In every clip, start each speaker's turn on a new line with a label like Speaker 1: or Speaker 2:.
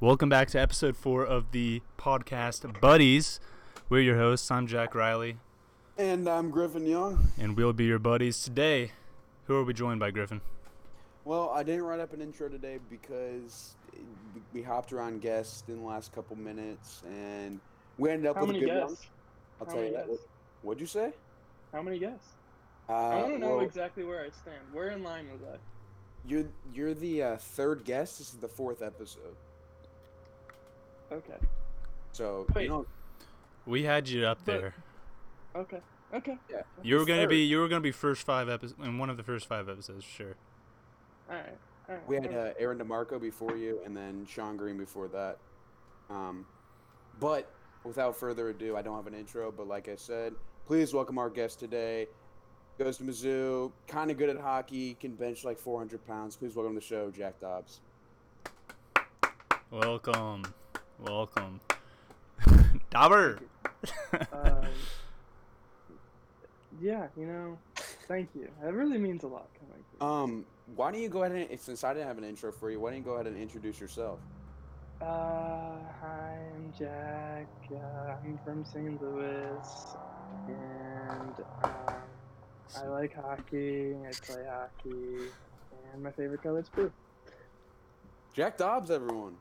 Speaker 1: Welcome back to episode four of the podcast Buddies. We're your hosts. I'm Jack Riley,
Speaker 2: And I'm Griffin Young.
Speaker 1: and we'll be your buddies today. Who are we joined by, Griffin?
Speaker 2: Well, I didn't write up an intro today because we hopped around guests in the last couple minutes, and we ended up
Speaker 3: How
Speaker 2: with
Speaker 3: many
Speaker 2: a good
Speaker 3: guests?
Speaker 2: one. I'll
Speaker 3: How
Speaker 2: tell you
Speaker 3: many
Speaker 2: that.
Speaker 3: guests?
Speaker 2: What'd you say?
Speaker 3: How many guests?
Speaker 2: Uh,
Speaker 3: I want to know
Speaker 2: well,
Speaker 3: exactly where I stand. Where in line was I?
Speaker 2: You're you're the uh, third guest. This is the fourth episode.
Speaker 3: Okay.
Speaker 2: So
Speaker 3: Wait.
Speaker 2: you know,
Speaker 1: We had you up
Speaker 3: But-
Speaker 1: there.
Speaker 3: Okay. Okay.
Speaker 2: yeah.
Speaker 1: You were gonna
Speaker 2: third.
Speaker 1: be you were gonna be first five episodes in one of the first five episodes, sure.
Speaker 3: All right. All right.
Speaker 2: We had uh, Aaron DeMarco before you, and then Sean Green before that. Um, but without further ado, I don't have an intro. But like I said, please welcome our guest today. Goes to Mizzou, kind of good at hockey, can bench like 400 pounds. Please welcome to the show, Jack Dobbs.
Speaker 1: Welcome, welcome, Dauber.
Speaker 2: Uh,
Speaker 3: Um, yeah, you know, thank you. That really means a lot coming from you.
Speaker 2: Um, why don't you go ahead and since I didn't have an intro for you, why don't you go ahead and introduce yourself?
Speaker 3: Uh, hi, I'm Jack. Uh, I'm from St. Louis, and um, I like hockey. I play hockey, and my favorite color is blue.
Speaker 2: Jack Dobbs, everyone.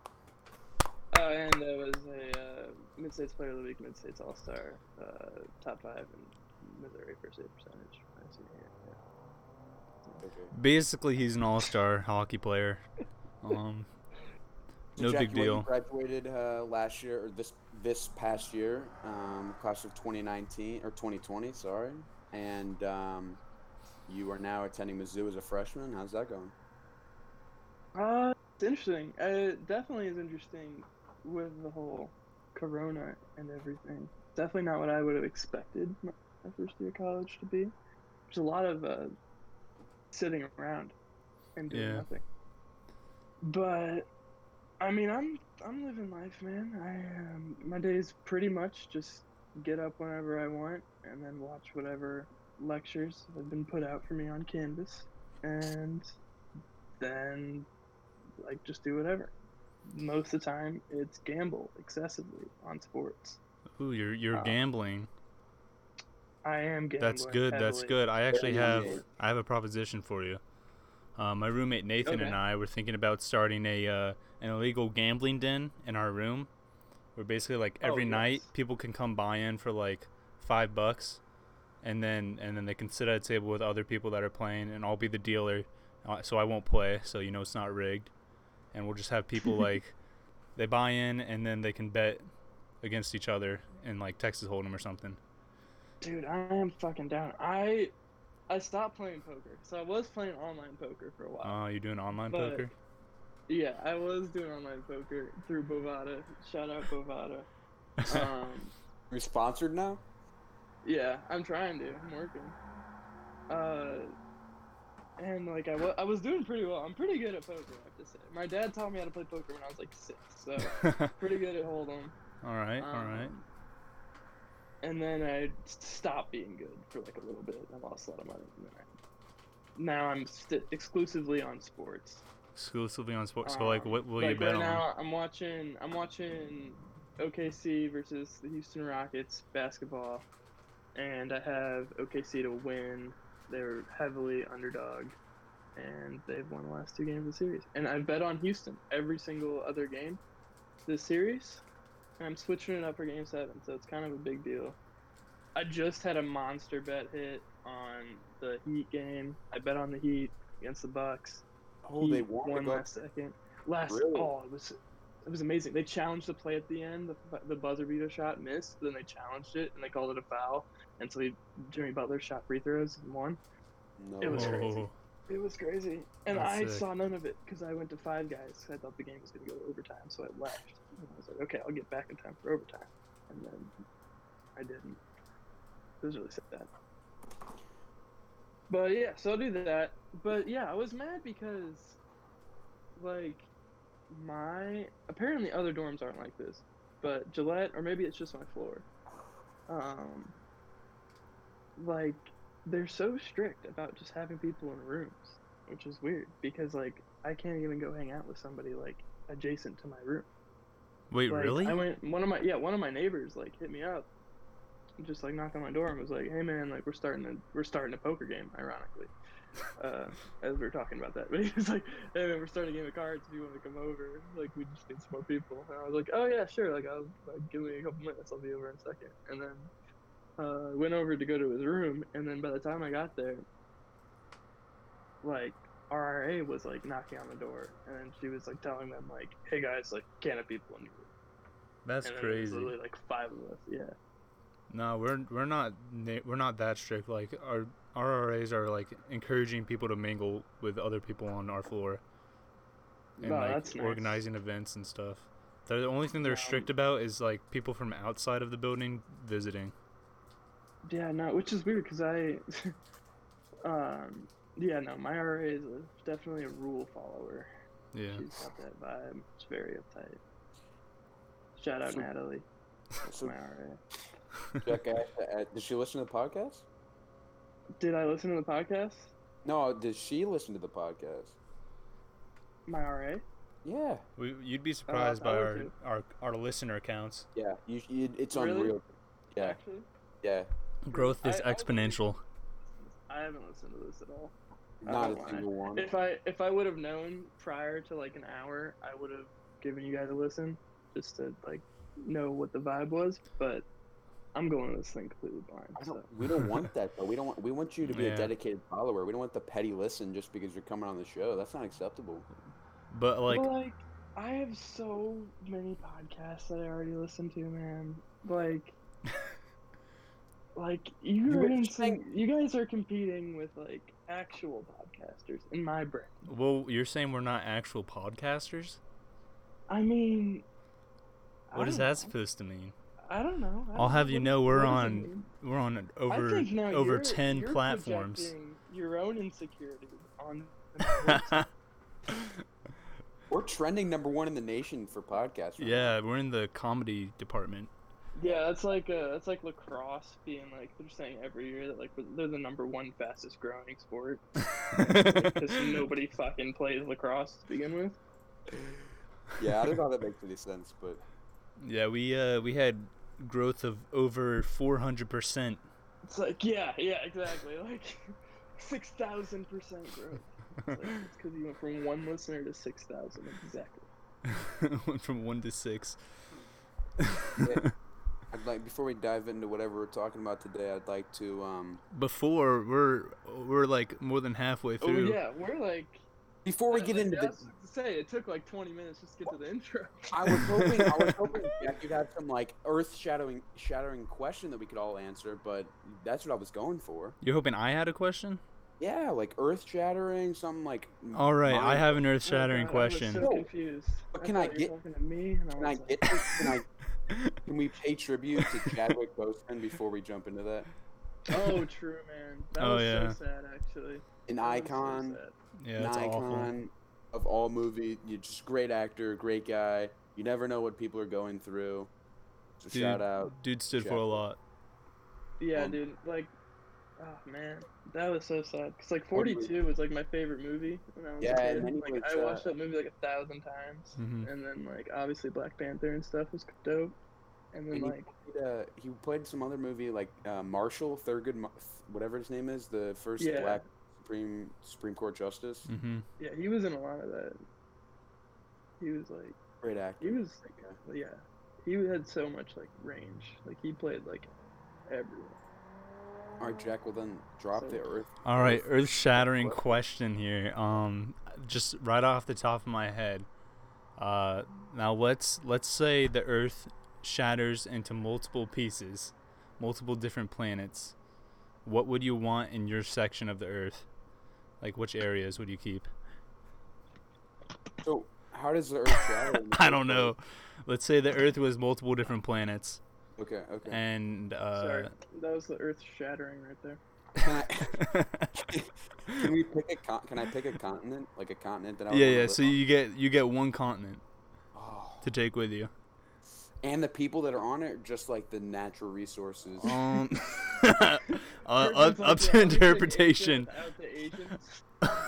Speaker 3: Oh, and I was a uh, Mid States Player of the Week, Mid States All Star, uh, top five in Missouri first aid percentage. my senior year, yeah.
Speaker 2: Okay.
Speaker 1: Basically, he's an all-star hockey player. Um,
Speaker 2: So
Speaker 1: No
Speaker 2: Jack,
Speaker 1: big
Speaker 2: you went- you
Speaker 1: deal.
Speaker 2: Graduated uh, last year or this this past year, um, class of 2019 or 2020, sorry. And um, you are now attending Mizzou as a freshman. How's that going?
Speaker 3: Uh, it's interesting. Uh, It definitely is interesting with the whole corona and everything. Definitely not what I would have expected my my first year of college to be. There's a lot of uh, sitting around and doing
Speaker 1: Yeah.
Speaker 3: nothing. But I mean, I'm I'm living life, man. I um, my days pretty much just get up whenever I want and then watch whatever lectures have been put out for me on Canvas and then like just do whatever. Most of the time, it's gamble excessively on sports.
Speaker 1: ooh, you're you're
Speaker 2: Uh,
Speaker 1: gambling.
Speaker 3: I am gambling.
Speaker 1: That's good. That's
Speaker 3: heavily.
Speaker 1: good. I actually have
Speaker 2: young age.
Speaker 1: I have a proposition for you. Uh, my roommate Nathan
Speaker 3: Okay.
Speaker 1: and I were thinking about starting a uh, an illegal gambling den in our room, where basically like
Speaker 3: Oh,
Speaker 1: every night
Speaker 3: yes.
Speaker 1: people can come buy in for like five bucks, and then and then they can sit at a table with other people that are playing, and I'll be the dealer, uh, so I won't play, so you know it's not rigged, and we'll just have people like they buy in and then they can bet against each other in like Texas Hold'em or something.
Speaker 3: Dude, I am fucking down. I I stopped playing poker. So I was playing online poker for a while.
Speaker 1: Oh, you're doing online
Speaker 3: But-
Speaker 1: poker?
Speaker 3: Yeah, I was doing online poker through Bovada. Shout out Bovada. Um,
Speaker 2: You're sponsored now?
Speaker 3: yeah, I'm trying to. I'm working. Uh, and like I wa- I was doing pretty well. I'm pretty good at poker. I have to say. My dad taught me how to play poker when I was like six, so pretty good at hold'em.
Speaker 1: All right, all right.
Speaker 3: Um, And then I stopped being good for like a little bit. I lost a lot of money. And then I, now I'm st- exclusively on sports.
Speaker 1: Exclusively on sports. So, like,
Speaker 3: Um,
Speaker 1: what will
Speaker 3: like
Speaker 1: you bet
Speaker 3: right
Speaker 1: on?
Speaker 3: now, I'm watching. I'm watching OKC versus the Houston Rockets basketball, and I have OKC to win. They're heavily underdog, and they've won the last two games of the series. And I bet on Houston every single other game this series, and I'm switching it up for Game Seven, so it's kind of a big deal. I just had a monster bet hit on the Heat game. I bet on the Heat against the Bucks.
Speaker 2: Oh, they
Speaker 3: He
Speaker 2: won.
Speaker 3: won
Speaker 2: They go-
Speaker 3: last second. Last
Speaker 2: Really?
Speaker 3: oh, it was it was amazing. They challenged the play at the end. The, the buzzer beater shot missed. Then they challenged it and they called it a foul. And so he, Jimmy Butler shot free throws and won.
Speaker 2: No.
Speaker 3: It was
Speaker 2: way.
Speaker 3: crazy.
Speaker 1: Oh,
Speaker 3: It was crazy. And
Speaker 1: That's
Speaker 3: I
Speaker 1: sick.
Speaker 3: saw none of it because I went to five guys. I thought the game was going to go to overtime, so I left. And I was like, okay, I'll get back in time for overtime. And then I didn't. It was really sad. But yeah, so I'll do that. But yeah, I was mad because, like, my. Apparently, other dorms aren't like this. But Gillette, or maybe it's just my floor. Um, like, they're so strict about just having people in rooms, which is weird because like I can't even go hang out with somebody like adjacent to my room.
Speaker 1: Wait,
Speaker 3: Like,
Speaker 1: really?
Speaker 3: I went one of my yeah one of my neighbors like hit me up, just like knocked on my door and was like, "Hey man, like we're starting a we're starting a poker game." Ironically, uh, as we were talking about that, but he was like, "Hey man, we're starting a game of cards. If you want to come over, like we just need some more people." And I was like, "Oh yeah, sure. Like I'll like, give me a couple minutes. I'll be over in a second. And then uh, went over to go to his room, and then by the time I got there, like RRA was like knocking on the door, and then she was like telling them like, "Hey guys, like can't have people in your room."
Speaker 1: That's
Speaker 3: and then there's
Speaker 1: crazy.
Speaker 3: Literally like five of us. Yeah.
Speaker 1: No, we're we're not na- we're not that strict. Like our RRAs are like encouraging people to mingle with other people on our floor and
Speaker 3: Wow,
Speaker 1: like
Speaker 3: that's nice. Um,
Speaker 1: organizing events and stuff. They're, the only thing they're
Speaker 3: Wow.
Speaker 1: strict about is like people from outside of the building visiting.
Speaker 3: Yeah. No, which is weird because I, um, yeah, no, my RA is a, definitely a rule follower.
Speaker 1: Yeah.
Speaker 3: She's got that vibe. She's very uptight. Shout out
Speaker 2: So-
Speaker 3: Natalie. That's
Speaker 2: so-
Speaker 3: my RA.
Speaker 2: Jack asked, uh, did she listen to the podcast?
Speaker 3: Did I listen to the podcast?
Speaker 2: No, did she listen to the podcast?
Speaker 3: My RA.
Speaker 2: Yeah,
Speaker 1: We, you'd be surprised by
Speaker 3: I would
Speaker 1: our,
Speaker 3: too.
Speaker 1: our our listener counts.
Speaker 2: yeah. You, you, it's
Speaker 3: Really?
Speaker 2: unreal. Yeah,
Speaker 3: Actually,
Speaker 2: yeah.
Speaker 1: Growth is
Speaker 3: Hmm, I- I would-
Speaker 1: exponential.
Speaker 3: I haven't listened to this at all. I
Speaker 2: Not
Speaker 3: don't
Speaker 2: a
Speaker 3: lie.
Speaker 2: single one.
Speaker 3: If I if I would have known prior to like an hour, I would have given you guys a listen just to like know what the vibe was. But I'm going to this thing completely blind.
Speaker 2: I
Speaker 3: So.
Speaker 2: don't, we don't want that though. We don't want. We want you to be
Speaker 1: Yeah.
Speaker 2: a dedicated follower. We don't want the petty listen just because you're coming on the show. That's not acceptable.
Speaker 1: But like
Speaker 3: But, like I have so many podcasts that I already listen to, man. Like, like you're
Speaker 2: were
Speaker 3: in
Speaker 2: just
Speaker 3: some,
Speaker 2: saying-
Speaker 3: you guys are competing with like actual podcasters in my brain.
Speaker 1: well, you're saying we're not actual podcasters?
Speaker 3: I mean, I
Speaker 1: What is
Speaker 3: don't
Speaker 1: that
Speaker 3: know.
Speaker 1: supposed to mean?
Speaker 3: I don't know. I
Speaker 1: I'll
Speaker 3: don't
Speaker 1: have you
Speaker 3: what-
Speaker 1: know
Speaker 3: what
Speaker 1: we're
Speaker 3: does it
Speaker 1: on
Speaker 3: mean?
Speaker 1: We're on
Speaker 3: I
Speaker 1: over
Speaker 3: think now
Speaker 1: over
Speaker 3: you're-
Speaker 1: 10
Speaker 3: you're
Speaker 1: platforms.
Speaker 3: projecting Your own insecurities on. the
Speaker 2: We're trending number one in the nation for podcasts. right
Speaker 1: yeah, we're in the comedy department.
Speaker 3: yeah, that's like uh, that's like lacrosse being like they're saying every year that like they're the number one fastest growing sport because nobody fucking plays lacrosse to begin with.
Speaker 2: now. Yeah, I don't know how that makes any sense, but
Speaker 1: yeah, we uh we had growth of over 400%.
Speaker 3: It's like yeah, yeah, exactly. Like six thousand percent growth. It's because you went from one listener to six thousand exactly.
Speaker 1: Went from 1 to 6.
Speaker 2: I'd like before we dive into whatever we're talking about today, I'd like to um
Speaker 1: Before we're we're like more than halfway
Speaker 3: Oh
Speaker 1: through.
Speaker 3: yeah, we're like.
Speaker 2: before we
Speaker 3: yeah,
Speaker 2: get
Speaker 3: like,
Speaker 2: into
Speaker 3: I
Speaker 2: the
Speaker 3: was about to say it took like twenty minutes just to get to the intro.
Speaker 2: I was hoping I was hoping Jack, you'd have some like earth shadowing shattering question that we could all answer, but that's what I was going for.
Speaker 1: You're hoping I had a question?
Speaker 2: Yeah, like earth shattering, some like m-
Speaker 1: All right, I
Speaker 2: mind-
Speaker 1: have an
Speaker 3: Oh my
Speaker 1: earth-shattering
Speaker 3: God, I
Speaker 1: question.
Speaker 3: was so
Speaker 2: No.
Speaker 3: confused.
Speaker 2: But can I
Speaker 3: thought you were talking to me? And I
Speaker 2: Can I
Speaker 3: was
Speaker 2: get this? Can I can we pay tribute to Chadwick Boseman before we jump into that?
Speaker 3: like, oh, true, man. That
Speaker 1: Oh,
Speaker 3: was
Speaker 1: yeah.
Speaker 3: so sad, actually.
Speaker 2: An
Speaker 3: That was so
Speaker 2: icon,
Speaker 3: sad.
Speaker 1: yeah,
Speaker 2: an
Speaker 1: it's awful.
Speaker 2: icon of all movie. You're just great actor, great guy. You never know what people are going through. So
Speaker 1: Dude,
Speaker 2: shout out.
Speaker 1: Dude stood for a
Speaker 2: Chadwick.
Speaker 1: lot.
Speaker 3: Yeah,
Speaker 2: Um,
Speaker 3: dude. Like, oh man, that was so sad. Cause like
Speaker 2: What do you-
Speaker 3: 42 was like my favorite movie when I was
Speaker 2: Yeah,
Speaker 3: a kid.
Speaker 2: and then you
Speaker 3: like
Speaker 2: would,
Speaker 3: I
Speaker 2: uh,
Speaker 3: watched that movie like a thousand times,
Speaker 1: Mhm.
Speaker 3: and then like obviously Black Panther and stuff was dope, and then
Speaker 2: And you-
Speaker 3: like
Speaker 2: Uh, he played some other movie like uh, Marshall Thurgood, Mar- whatever his name is, the first
Speaker 3: Yeah.
Speaker 2: black Supreme Supreme Court Justice.
Speaker 1: Mhm.
Speaker 3: yeah, he was in a lot of that. He was like,
Speaker 2: Great actor.
Speaker 3: he was yeah, he had so much like range. Like he played like everyone.
Speaker 2: All right, Jack. Well, then drop the earth.
Speaker 1: All right, earth shattering
Speaker 2: What?
Speaker 1: question here. Um, just right off the top of my head. Uh, now let's let's say the Earth shatters into multiple pieces, multiple different planets. What would you want in your section of the Earth? Like which areas would you keep?
Speaker 2: So, how does the earth shatter? in the
Speaker 1: I don't
Speaker 2: first
Speaker 1: know. Let's say the Earth was multiple different planets,
Speaker 2: place? Okay, okay.
Speaker 1: and
Speaker 3: Sorry,
Speaker 1: uh,
Speaker 3: that was the earth shattering right there.
Speaker 2: Can, I, can we pick a con- can I pick a continent like a continent that I would
Speaker 1: yeah,
Speaker 2: wanna
Speaker 1: yeah.
Speaker 2: live
Speaker 1: So
Speaker 2: on?
Speaker 1: you get you get one continent
Speaker 2: Oh.
Speaker 1: to take with you.
Speaker 2: and the people that are on it are just like the natural resources.
Speaker 1: Um, uh, up,
Speaker 3: Virgin's like,
Speaker 1: up to
Speaker 3: "Yeah, we take Asia
Speaker 1: interpretation.
Speaker 3: without the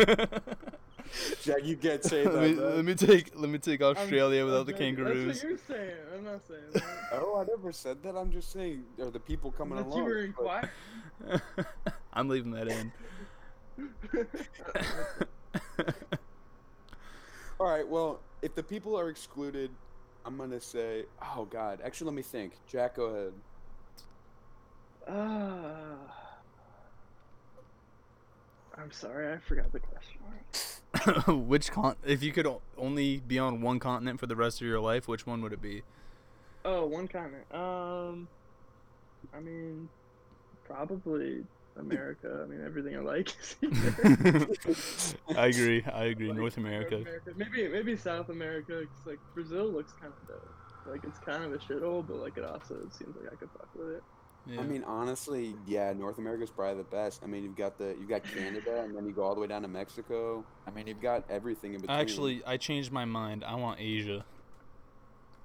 Speaker 3: Asians."
Speaker 2: Jack, you can't say that.
Speaker 4: let, me,
Speaker 2: man.
Speaker 4: let me take let me take Australia
Speaker 3: I'm
Speaker 4: without the
Speaker 3: joking.
Speaker 4: kangaroos.
Speaker 3: That's what you're saying. I'm not saying that.
Speaker 2: Oh, I never said that. I'm just saying, or the people coming
Speaker 3: Unless
Speaker 2: along.
Speaker 3: you were in
Speaker 2: but-
Speaker 3: quiet.
Speaker 1: I'm leaving that in.
Speaker 2: All right. Well, if the people are excluded, I'm gonna say, oh God. Actually, let me think. Jack, go ahead.
Speaker 3: Ah. I'm sorry, I forgot the question.
Speaker 1: which con? If you could o- only be on one continent for the rest of your life, which one would it be?
Speaker 3: Oh, one comment. Um, I mean, probably America. I mean, everything I like is here.
Speaker 1: I agree. I agree.
Speaker 3: Like,
Speaker 1: North America.
Speaker 3: Maybe maybe South America. 'cause, like Brazil looks kind of dope. Like it's kind of a shithole, but like it also seems like I could fuck with it.
Speaker 1: Yeah.
Speaker 2: I mean, honestly, yeah, North America's probably the best. I mean, you've got the you've got Canada, and then you go all the way down to Mexico. I mean, you've got everything in between.
Speaker 1: Actually, I changed my mind. I want Asia.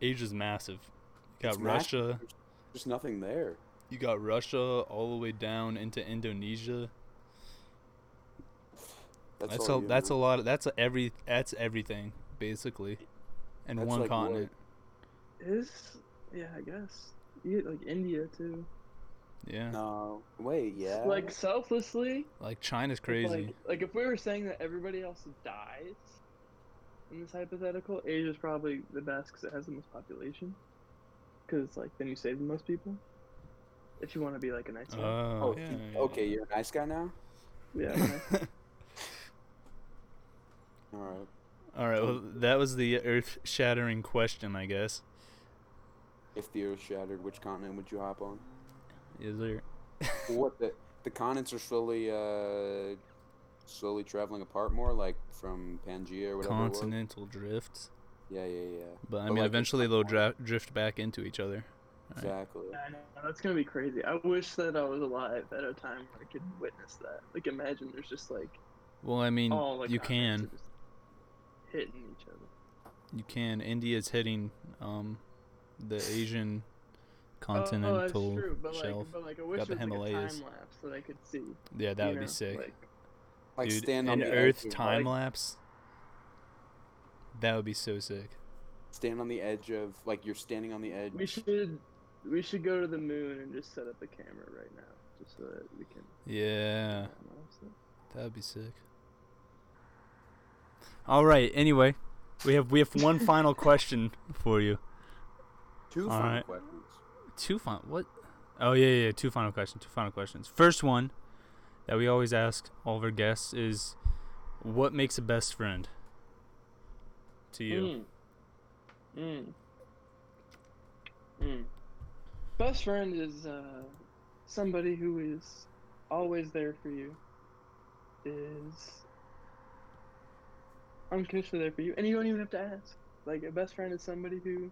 Speaker 1: Asia's massive. You got
Speaker 2: It's massive.
Speaker 1: Russia.
Speaker 2: there's nothing there.
Speaker 1: You got Russia all the way down into Indonesia.
Speaker 2: That's,
Speaker 1: That's,
Speaker 2: all.
Speaker 1: a
Speaker 2: you.
Speaker 1: that's a lot. Of, that's a every that's everything basically, and
Speaker 2: That's
Speaker 1: one
Speaker 2: like what?
Speaker 1: continent.
Speaker 3: Is yeah, I guess. Yeah, like India too.
Speaker 1: Yeah,
Speaker 2: No, wait,
Speaker 3: S-
Speaker 2: yeah.
Speaker 3: Like selflessly,
Speaker 1: like China's crazy.
Speaker 3: Like, like if we were saying that everybody else dies in this hypothetical, Asia's probably the best because it has the most population. Because like then you save the most people. If you want to be like a nice guy.
Speaker 1: oh,
Speaker 2: oh,
Speaker 1: yeah,
Speaker 2: he-
Speaker 1: yeah,
Speaker 2: okay, you're a nice guy now.
Speaker 3: yeah. nice-
Speaker 2: All right.
Speaker 1: All right. Well, that was the earth-shattering question, I guess.
Speaker 2: If the Earth shattered, which continent would you hop on?
Speaker 1: Is there?
Speaker 2: what the the continents are slowly uh slowly traveling apart more like from pangea or whatever it was.
Speaker 1: Continental drifts.
Speaker 2: yeah yeah yeah
Speaker 1: But I
Speaker 2: But,
Speaker 1: mean,
Speaker 2: like,
Speaker 1: eventually
Speaker 2: it's
Speaker 1: they'll
Speaker 2: not-
Speaker 1: dra- drift back into each other. Right.
Speaker 2: exactly
Speaker 3: I know that's gonna be crazy. I wish that I was alive at a time where I could witness that. Like imagine there's just like
Speaker 1: Well, I mean,
Speaker 3: all Oh, like
Speaker 1: you
Speaker 3: continents
Speaker 1: can,
Speaker 3: are just hitting each other.
Speaker 1: you can. India's hitting um, the Asian
Speaker 3: oh, that's
Speaker 1: continental
Speaker 3: true. But like,
Speaker 1: shelf.
Speaker 3: but like I wish
Speaker 1: Got the
Speaker 3: there was like, a time
Speaker 1: Himalayas.
Speaker 3: lapse that I could see.
Speaker 1: yeah, that
Speaker 3: you
Speaker 1: would
Speaker 3: know,
Speaker 1: be sick.
Speaker 3: like-
Speaker 2: like
Speaker 1: Dude,
Speaker 2: stand on
Speaker 1: an
Speaker 2: the edge
Speaker 1: Earth
Speaker 2: of,
Speaker 1: time
Speaker 2: like,
Speaker 1: lapse. That would be so sick.
Speaker 2: stand on the edge of like you're standing on the edge
Speaker 3: We should we should go to the moon and just set up a camera right now, just so that we can.
Speaker 1: Yeah,
Speaker 3: honestly.
Speaker 1: that would be sick. All right. Anyway, we have we have one final question for you.
Speaker 2: two
Speaker 1: All
Speaker 2: final
Speaker 1: right.
Speaker 2: questions
Speaker 1: two final what oh yeah yeah yeah, two final questions two final questions first one that we always ask all of our guests is what makes a best friend to you
Speaker 3: Hmm. Mm. Mm. Mm. Best friend is uh, somebody who is always there for you, is unconditionally there for you, and you don't even have to ask. Like, a best friend is somebody who,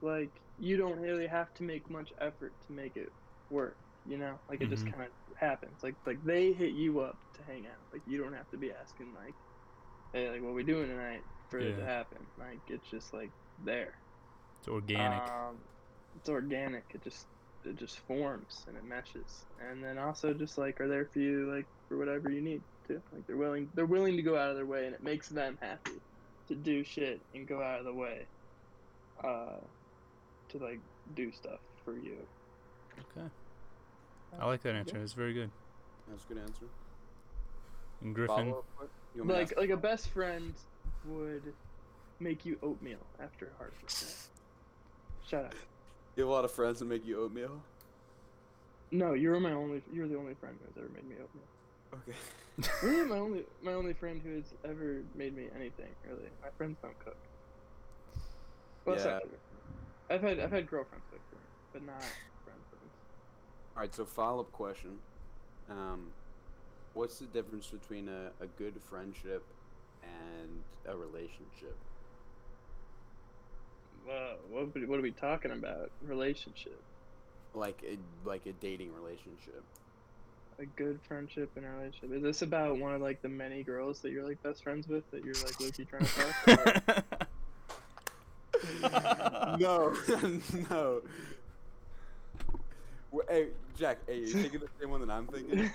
Speaker 3: like, you don't really have to make much effort to make it work. You know, like it just
Speaker 1: Mhm.
Speaker 3: kind of happens. Like, like they hit you up to hang out. Like you don't have to be asking like, hey, like what we doing tonight for it to
Speaker 1: Yeah.
Speaker 3: happen. Like it's just like there.
Speaker 1: it's organic
Speaker 3: Um, it's organic. It just it just forms and it meshes. And then also just like are there for you like for whatever you need to. Like they're willing they're willing to go out of their way and it makes them happy to do shit and go out of the way. Uh to like do stuff for you.
Speaker 1: okay i like that answer it's very good
Speaker 2: that's a good answer
Speaker 1: and griffin
Speaker 2: Follow-up que- you want me to
Speaker 3: Like
Speaker 2: ask-
Speaker 3: like a best friend would make you oatmeal after a hard work day. Shut up.
Speaker 2: you have a lot of friends that make you oatmeal
Speaker 3: No, you were my only. You're the only friend who's ever made me oatmeal.
Speaker 2: okay
Speaker 3: Really, my only my only friend who has ever made me anything. Really, my friends don't cook. Well, that's not
Speaker 2: Yeah.
Speaker 3: true. I've had I've had girlfriends cook for me, but not friend friends.
Speaker 2: all right so follow-up question um what's the difference between a, a good friendship and a relationship
Speaker 3: Whoa, what are- what are we talking about? Relationship,
Speaker 2: like a like a dating relationship
Speaker 3: a good friendship and a relationship. Is this about one of like the many girls that you're like best friends with that you're like low-key trying to fuck? Or-
Speaker 2: no, no. Well, hey, Jack, hey, you thinking the same one that I'm thinking?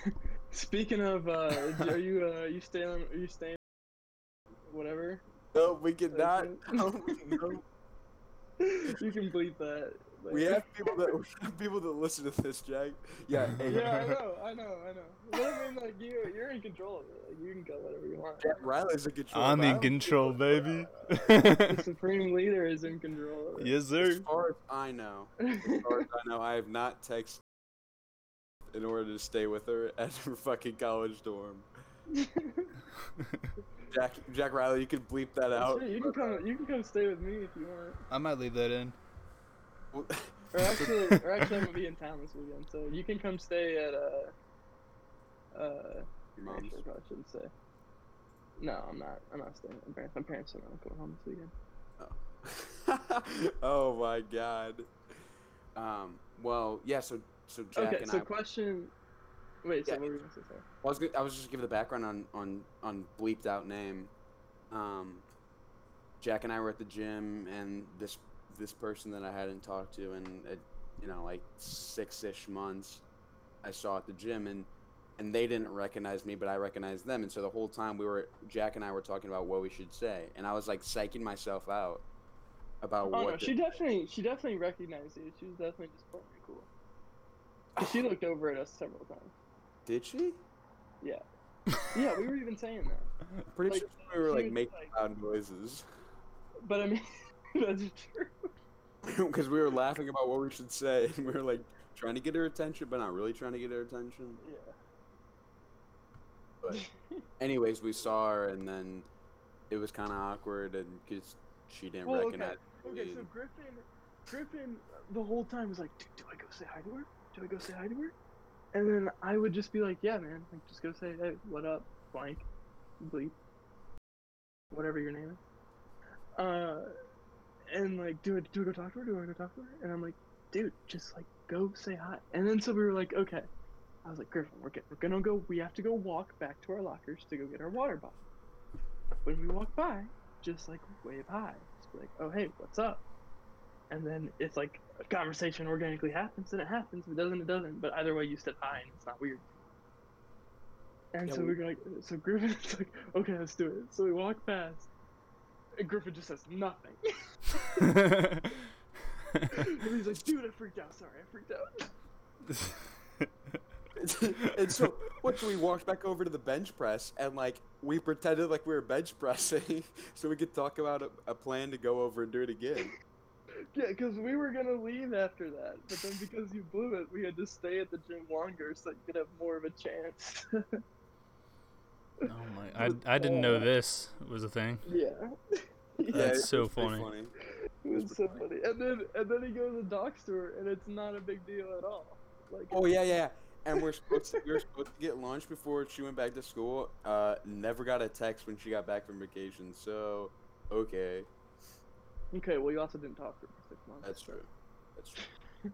Speaker 3: Speaking of, uh, are you uh, you staying? Are you staying?
Speaker 2: No, we cannot. No, no.
Speaker 3: you can bleep that.
Speaker 2: We
Speaker 3: later.
Speaker 2: have people that we have people that listen to this, Jack. Yeah, hey,
Speaker 3: Yeah, I know, I know, I know. But I mean, like you, you're in control of it. Like you can go whatever you want.
Speaker 2: Jack Riley's in control.
Speaker 4: I'm
Speaker 2: but I
Speaker 4: in
Speaker 2: don't-
Speaker 4: control, baby.
Speaker 3: The supreme leader is in control. Of it.
Speaker 4: yes,
Speaker 2: As
Speaker 4: sir.
Speaker 2: far as I know, as far as I know, I have not texted in order to stay with her at her fucking college dorm. Jack, Jack Riley, you can bleep that out.
Speaker 3: Shit, you can come. You can come stay with me if you want.
Speaker 4: I might leave that in.
Speaker 3: Or actually, or actually, I'm gonna be in town this weekend, so you can come stay at uh, uh,
Speaker 2: Your
Speaker 3: your
Speaker 2: mom's.
Speaker 3: actually, I probably shouldn't say. No, I'm not. I'm not staying at my parents. My parents are not going home this weekend.
Speaker 2: oh my god. Um. Well, yeah. So, so Jack
Speaker 3: okay,
Speaker 2: and
Speaker 3: so
Speaker 2: I.
Speaker 3: question. Wait, so
Speaker 2: Yeah.
Speaker 3: what were you gonna say? Sorry.
Speaker 2: Well, I was, gonna- I was just giving the background on on on bleeped out name. Um, Jack and I were at the gym, and this this person that I hadn't talked to in uh, you know like six ish months, I saw at the gym, and and they didn't recognize me, but I recognized them, and so the whole time we were Jack and I were talking about what we should say, and I was like psyching myself out about
Speaker 3: Oh
Speaker 2: what.
Speaker 3: no,
Speaker 2: to-
Speaker 3: she definitely, she definitely recognized you. She was definitely just playing it cool. 'Cause She looked over at us several times.
Speaker 2: did she?
Speaker 3: Yeah, we were even saying that.
Speaker 2: I'm pretty
Speaker 3: Like,
Speaker 2: sure we were
Speaker 3: she
Speaker 2: like
Speaker 3: was,
Speaker 2: making
Speaker 3: like-
Speaker 2: loud noises
Speaker 3: But I mean, that's true.
Speaker 2: because we were laughing about what we should say, and we were like trying to get her attention, but not really trying to get her attention.
Speaker 3: Yeah.
Speaker 2: But anyways, we saw her, and then it was kind of awkward, and because she didn't
Speaker 3: Well, okay.
Speaker 2: recognize.
Speaker 3: Okay,
Speaker 2: me.
Speaker 3: so Griffin, Griffin, uh, the whole time was like, "Dude, do I go say hi to her? Do I go say hi to her?" And then I would just be like, "Yeah, man, like just go say hey, what up, blank, bleep, whatever your name is." Uh, and like, do I do I go talk to her? Do I go talk to her? And I'm like, "Dude, just like go say hi." And then so we were like, "Okay." I was like, Griffin, we're, get, we're gonna go. We have to go walk back to our lockers to go get our water bottle. When we walk by, just like wave hi. Just be like, oh hey, what's up? And then it's like a conversation organically happens and it happens. If it doesn't, it doesn't. But either way you said hi and it's not weird. And
Speaker 2: Yeah,
Speaker 3: so
Speaker 2: we-
Speaker 3: we... are like so Griffin's like, Okay, let's do it. So we walk past and Griffin just says nothing. and he's like, dude, I freaked out, sorry, I freaked out.
Speaker 2: and so, what? So we walked back over to the bench press, and like we pretended like we were bench pressing, so we could talk about a, a plan to go over and do it again.
Speaker 3: Yeah, because we were gonna leave after that, but then because you blew it, we had to stay at the gym longer so that you could have more of a chance.
Speaker 1: oh my! I, I didn't know this was a thing.
Speaker 3: yeah.
Speaker 2: it
Speaker 1: That's so
Speaker 2: was pretty
Speaker 1: funny.
Speaker 3: It was so funny. And then and then he goes to the doc store and it's not a big deal at all. Like
Speaker 2: Oh yeah, yeah. And we're supposed to, we were supposed to get lunch before she went back to school. Uh, never got a text when she got back from vacation. So, okay,
Speaker 3: Okay, well you also didn't talk to her for six months.
Speaker 2: that's true. That's true.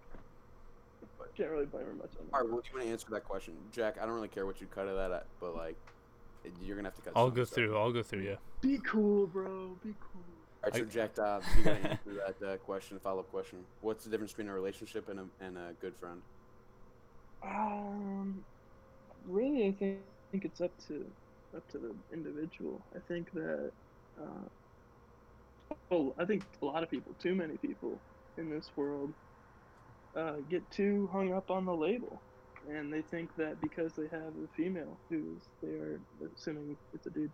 Speaker 3: Can't really blame her much on
Speaker 2: All
Speaker 3: that.
Speaker 2: right, well, do you want to answer that question, Jack? I don't really care what you cut of that, at, but like, you're gonna have to cut.
Speaker 1: I'll
Speaker 2: some
Speaker 1: go
Speaker 2: stuff.
Speaker 1: through. I'll go through.
Speaker 3: Be cool, bro. Be cool.
Speaker 2: All right, so
Speaker 1: I-
Speaker 2: Jack Dobbs, you gotta answer that uh, question, follow-up question. What's the difference between a relationship and a and a good friend?
Speaker 3: Um really I think, I think it's up to up to the individual. I think that uh well, I think a lot of people, too many people in this world uh, get too hung up on the label. And they think that because they have a female who's they are assuming it's a dude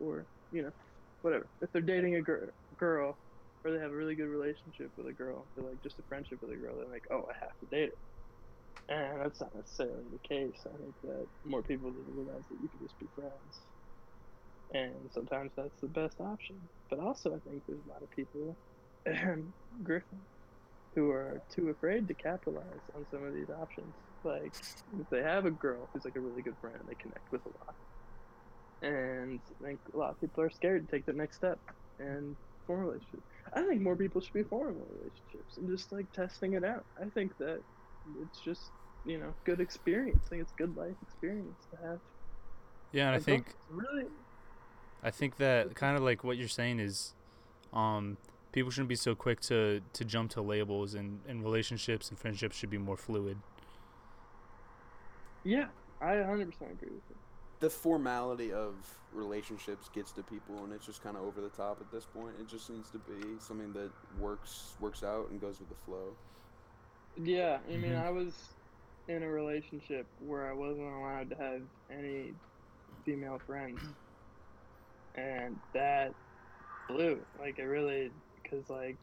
Speaker 3: or, you know, whatever. If they're dating a gir- girl or they have a really good relationship with a girl, they're like just a friendship with a girl, they're like, oh, I have to date her. And Eh, that's not necessarily the case. I think that more people need to realize that you can just be friends. And sometimes that's the best option. But also, I think there's a lot of people, Griffin, who are too afraid to capitalize on some of these options. Like, if they have a girl who's like a really good friend, they connect with a lot. And I think a lot of people are scared to take the next step and form a relationship. I think more people should be forming relationships and just like testing it out. I think that it's just, you know, good experience. I think it's good life experience to have.
Speaker 1: Yeah, yeah. And I
Speaker 3: Like,
Speaker 1: think
Speaker 3: don't- really
Speaker 1: I think that kind of like what you're saying is, um, people shouldn't be so quick to to jump to labels, and and relationships and friendships should be more fluid.
Speaker 3: Yeah, I 100% agree with you.
Speaker 2: the formality of relationships gets to people, and it's just kind of over the top at this point. It just needs to be something that works works out and goes with the flow.
Speaker 3: Yeah, I mean,
Speaker 1: Mhm.
Speaker 3: I was in a relationship where I wasn't allowed to have any female friends, and that blew. Like, it really, because like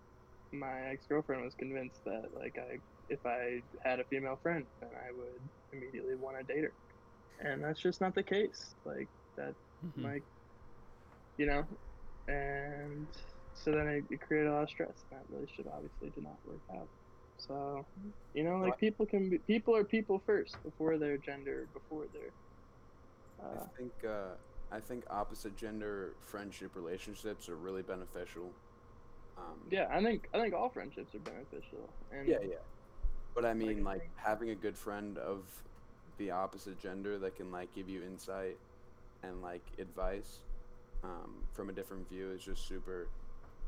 Speaker 3: my ex girlfriend was convinced that like I, if I had a female friend, then I would immediately want to date her, and that's just not the case. Like that
Speaker 2: Hmm.
Speaker 4: Mm-hmm.
Speaker 1: Mhm.
Speaker 3: like you know and so then it, it created a lot of stress and that relationship obviously did not work out so you know like
Speaker 2: Right.
Speaker 3: people can be people are people first before their gender before their uh,
Speaker 2: I think uh, I think opposite gender friendship relationships are really beneficial. Um,
Speaker 3: yeah i think i think all friendships are beneficial and
Speaker 2: Yeah, yeah. But I mean,
Speaker 3: I
Speaker 2: like
Speaker 3: think-
Speaker 2: having a good friend of the opposite gender that can like give you insight and like advice um, from a different view is just super,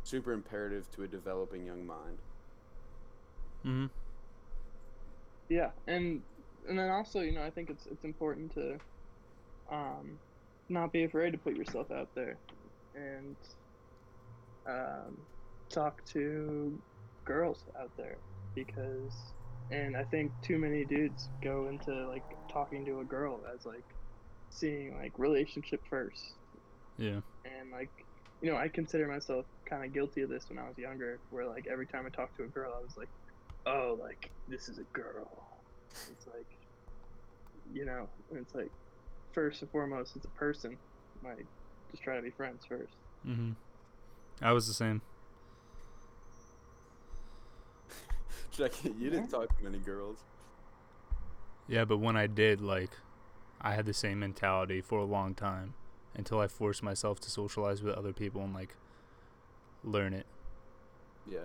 Speaker 2: super imperative to a developing young mind.
Speaker 1: Mhm.
Speaker 3: Yeah, and and then also, you know, I think it's it's important to um not be afraid to put yourself out there and um talk to girls out there because and I think too many dudes go into like talking to a girl as like seeing like relationship first
Speaker 1: Yeah.
Speaker 3: and like you know i consider myself kind of guilty of this when i was younger where like every time i talked to a girl i was like oh like this is a girl it's like you know and it's like first and foremost it's a person like just try to be friends first
Speaker 1: Mm-hmm. I was the same.
Speaker 2: Jack, you didn't talk to many girls.
Speaker 1: Yeah, but when I did, like, I had the same mentality for a long time until I forced myself to socialize with other people and like learn it.
Speaker 2: Yeah,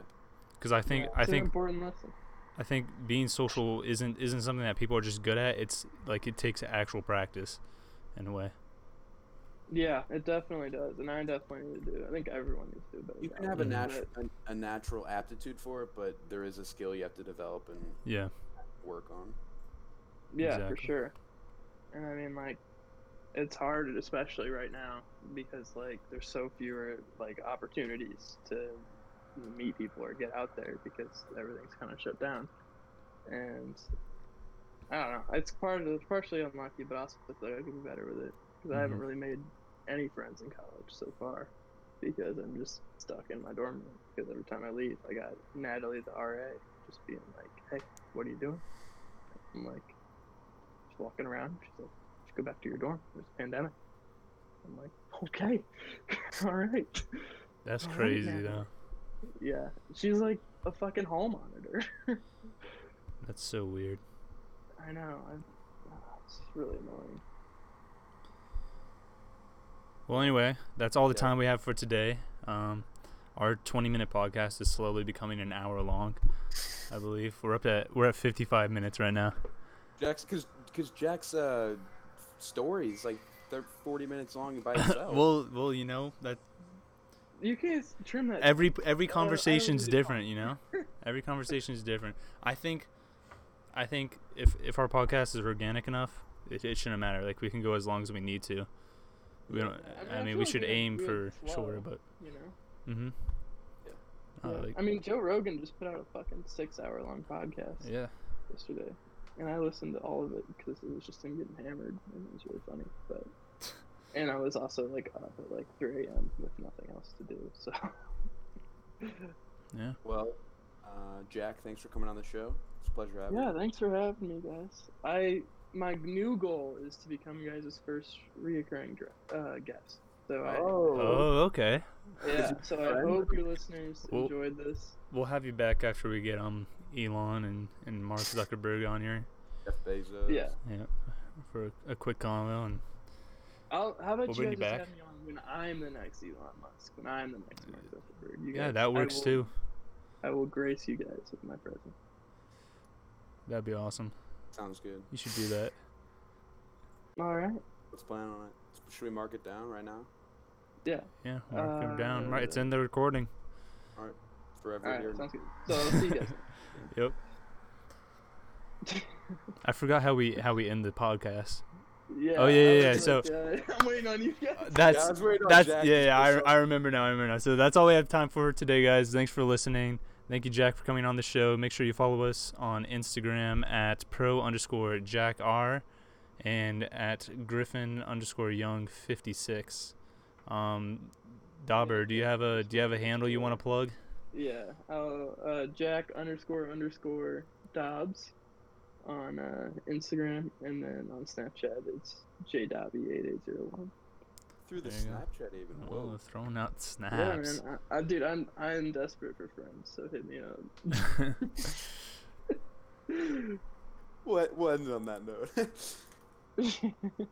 Speaker 1: Because I think
Speaker 3: Yeah,
Speaker 1: I
Speaker 3: it's an
Speaker 1: think
Speaker 3: important lesson
Speaker 1: I think being social isn't isn't something that people are just good at. It's like it takes actual practice, in a way.
Speaker 3: yeah it definitely does and i definitely need to do it. i think everyone needs to do a better
Speaker 2: you can
Speaker 3: job
Speaker 2: have a
Speaker 3: of it,
Speaker 2: natural
Speaker 1: Mm-hmm.
Speaker 2: a, a natural aptitude for it, but there is a skill you have to develop and
Speaker 1: Yeah.
Speaker 2: work on.
Speaker 3: but- yeah for
Speaker 1: Exactly.
Speaker 3: sure and i mean like it's hard especially right now because like there's so fewer like opportunities to meet people or get out there because everything's kind of shut down and i don't know it's part of it's partially unlucky but also I feel like i could be better with it because i haven't
Speaker 1: Mhm.
Speaker 3: really made any friends in college so far because i'm just stuck in my dorm room because every time i leave i got natalie the ra just being like hey what are you doing i'm like just walking around she's like just go back to your dorm. There's a pandemic. I'm like, okay, all right.
Speaker 1: That's
Speaker 3: Alright,
Speaker 1: crazy
Speaker 3: man.
Speaker 1: though.
Speaker 3: Yeah, she's like a fucking hall monitor.
Speaker 1: That's so weird.
Speaker 3: I know. i it's really annoying.
Speaker 1: Well, anyway, that's all the
Speaker 2: Yeah.
Speaker 1: time we have for today. Um, our 20-minute podcast is slowly becoming an hour long. I believe we're up at we're at 55 minutes right now.
Speaker 2: Jack's because because Jack's uh, stories like they're forty minutes long by itself.
Speaker 1: well, well, you know that
Speaker 3: You can't s- trim that.
Speaker 1: every every
Speaker 3: I
Speaker 1: conversation's
Speaker 3: really don't.
Speaker 1: different, you know. Every conversation's different. I think, I think if if our podcast is organic enough, it, it shouldn't matter. Like we can go as long as we need to. We don't.
Speaker 3: I
Speaker 1: I
Speaker 3: mean,
Speaker 1: mean,
Speaker 3: I feel
Speaker 1: we
Speaker 3: like
Speaker 1: should
Speaker 3: we didn't
Speaker 1: aim
Speaker 3: do it
Speaker 1: for
Speaker 3: slow.
Speaker 1: shorter, but
Speaker 3: you know.
Speaker 1: mm-hmm.
Speaker 2: Yeah.
Speaker 1: Uh,
Speaker 3: Yeah.
Speaker 1: like,
Speaker 3: I mean, Joe Rogan just put out a fucking six-hour-long podcast
Speaker 1: yeah.
Speaker 3: yesterday, and I listened to all of it because it was just him getting hammered, and it was really funny. But and I was also like up at like 3 a.m. with nothing else to do, so.
Speaker 2: Well, uh, Jack, thanks for coming on the show. It's a pleasure having
Speaker 3: Yeah,
Speaker 2: you.
Speaker 3: thanks for having me, guys. I my new goal is to become you guys' first reoccurring dra- uh, guest. So I,
Speaker 2: Oh,
Speaker 1: Oh, okay.
Speaker 3: yeah, so I
Speaker 2: friend?
Speaker 3: hope your listeners
Speaker 1: Well-
Speaker 3: enjoyed this.
Speaker 1: We'll have you back after we get um Elon and and Mark Zuckerberg on here.
Speaker 2: Jeff
Speaker 1: uh,
Speaker 2: Bezos.
Speaker 3: Yeah,
Speaker 1: Yeah. For a, a quick convo and
Speaker 3: I'll, how about
Speaker 1: We'll
Speaker 3: you
Speaker 1: bring
Speaker 3: guys
Speaker 1: you
Speaker 3: just
Speaker 1: back.
Speaker 3: have me on when I'm the next Elon Musk, when I'm the next Mark Zuckerberg. You
Speaker 1: yeah,
Speaker 3: guys,
Speaker 1: that works
Speaker 3: I will,
Speaker 1: too.
Speaker 3: I will grace you guys with my presence.
Speaker 1: That'd be awesome.
Speaker 2: Sounds good.
Speaker 1: You should do that.
Speaker 3: All right.
Speaker 2: Let's plan on it. Should we mark it down right now?
Speaker 3: Yeah.
Speaker 1: Yeah, mark them down. Right, it's
Speaker 3: Uh,
Speaker 1: in the recording.
Speaker 2: Forever
Speaker 3: All right.
Speaker 2: here.
Speaker 3: Sounds good. So I'll see you guys.
Speaker 1: Yep. I forgot how we how we end the podcast.
Speaker 3: Yeah.
Speaker 1: Oh, yeah,
Speaker 3: I
Speaker 1: yeah,
Speaker 3: was
Speaker 1: yeah,
Speaker 3: like, uh, I'm waiting on you guys.
Speaker 2: Yeah, I
Speaker 1: That's
Speaker 2: was worried about
Speaker 1: that's
Speaker 2: Jack
Speaker 1: yeah,
Speaker 2: just
Speaker 1: yeah.
Speaker 2: for
Speaker 1: I, I remember now. I remember now. So that's all we have time for today, guys. Thanks for listening. Thank you, Jack, for coming on the show. Make sure you follow us on Instagram at pro underscore Jack R and at Griffin underscore Young fifty six. Um, Dauber, do you have a do you have a handle you want to plug?
Speaker 3: Yeah. I'll, uh, Jack underscore underscore Dobbs on uh, Instagram and then on Snapchat it's JDobby8801.
Speaker 2: Through the
Speaker 1: There you go.
Speaker 2: Snapchat even.
Speaker 1: Whoa,
Speaker 2: Whoa.
Speaker 1: throwing out
Speaker 3: Yeah,
Speaker 1: snaps.
Speaker 3: man. I, I, dude, I'm I'm desperate for friends, so hit me up.
Speaker 2: What? What ends on that note?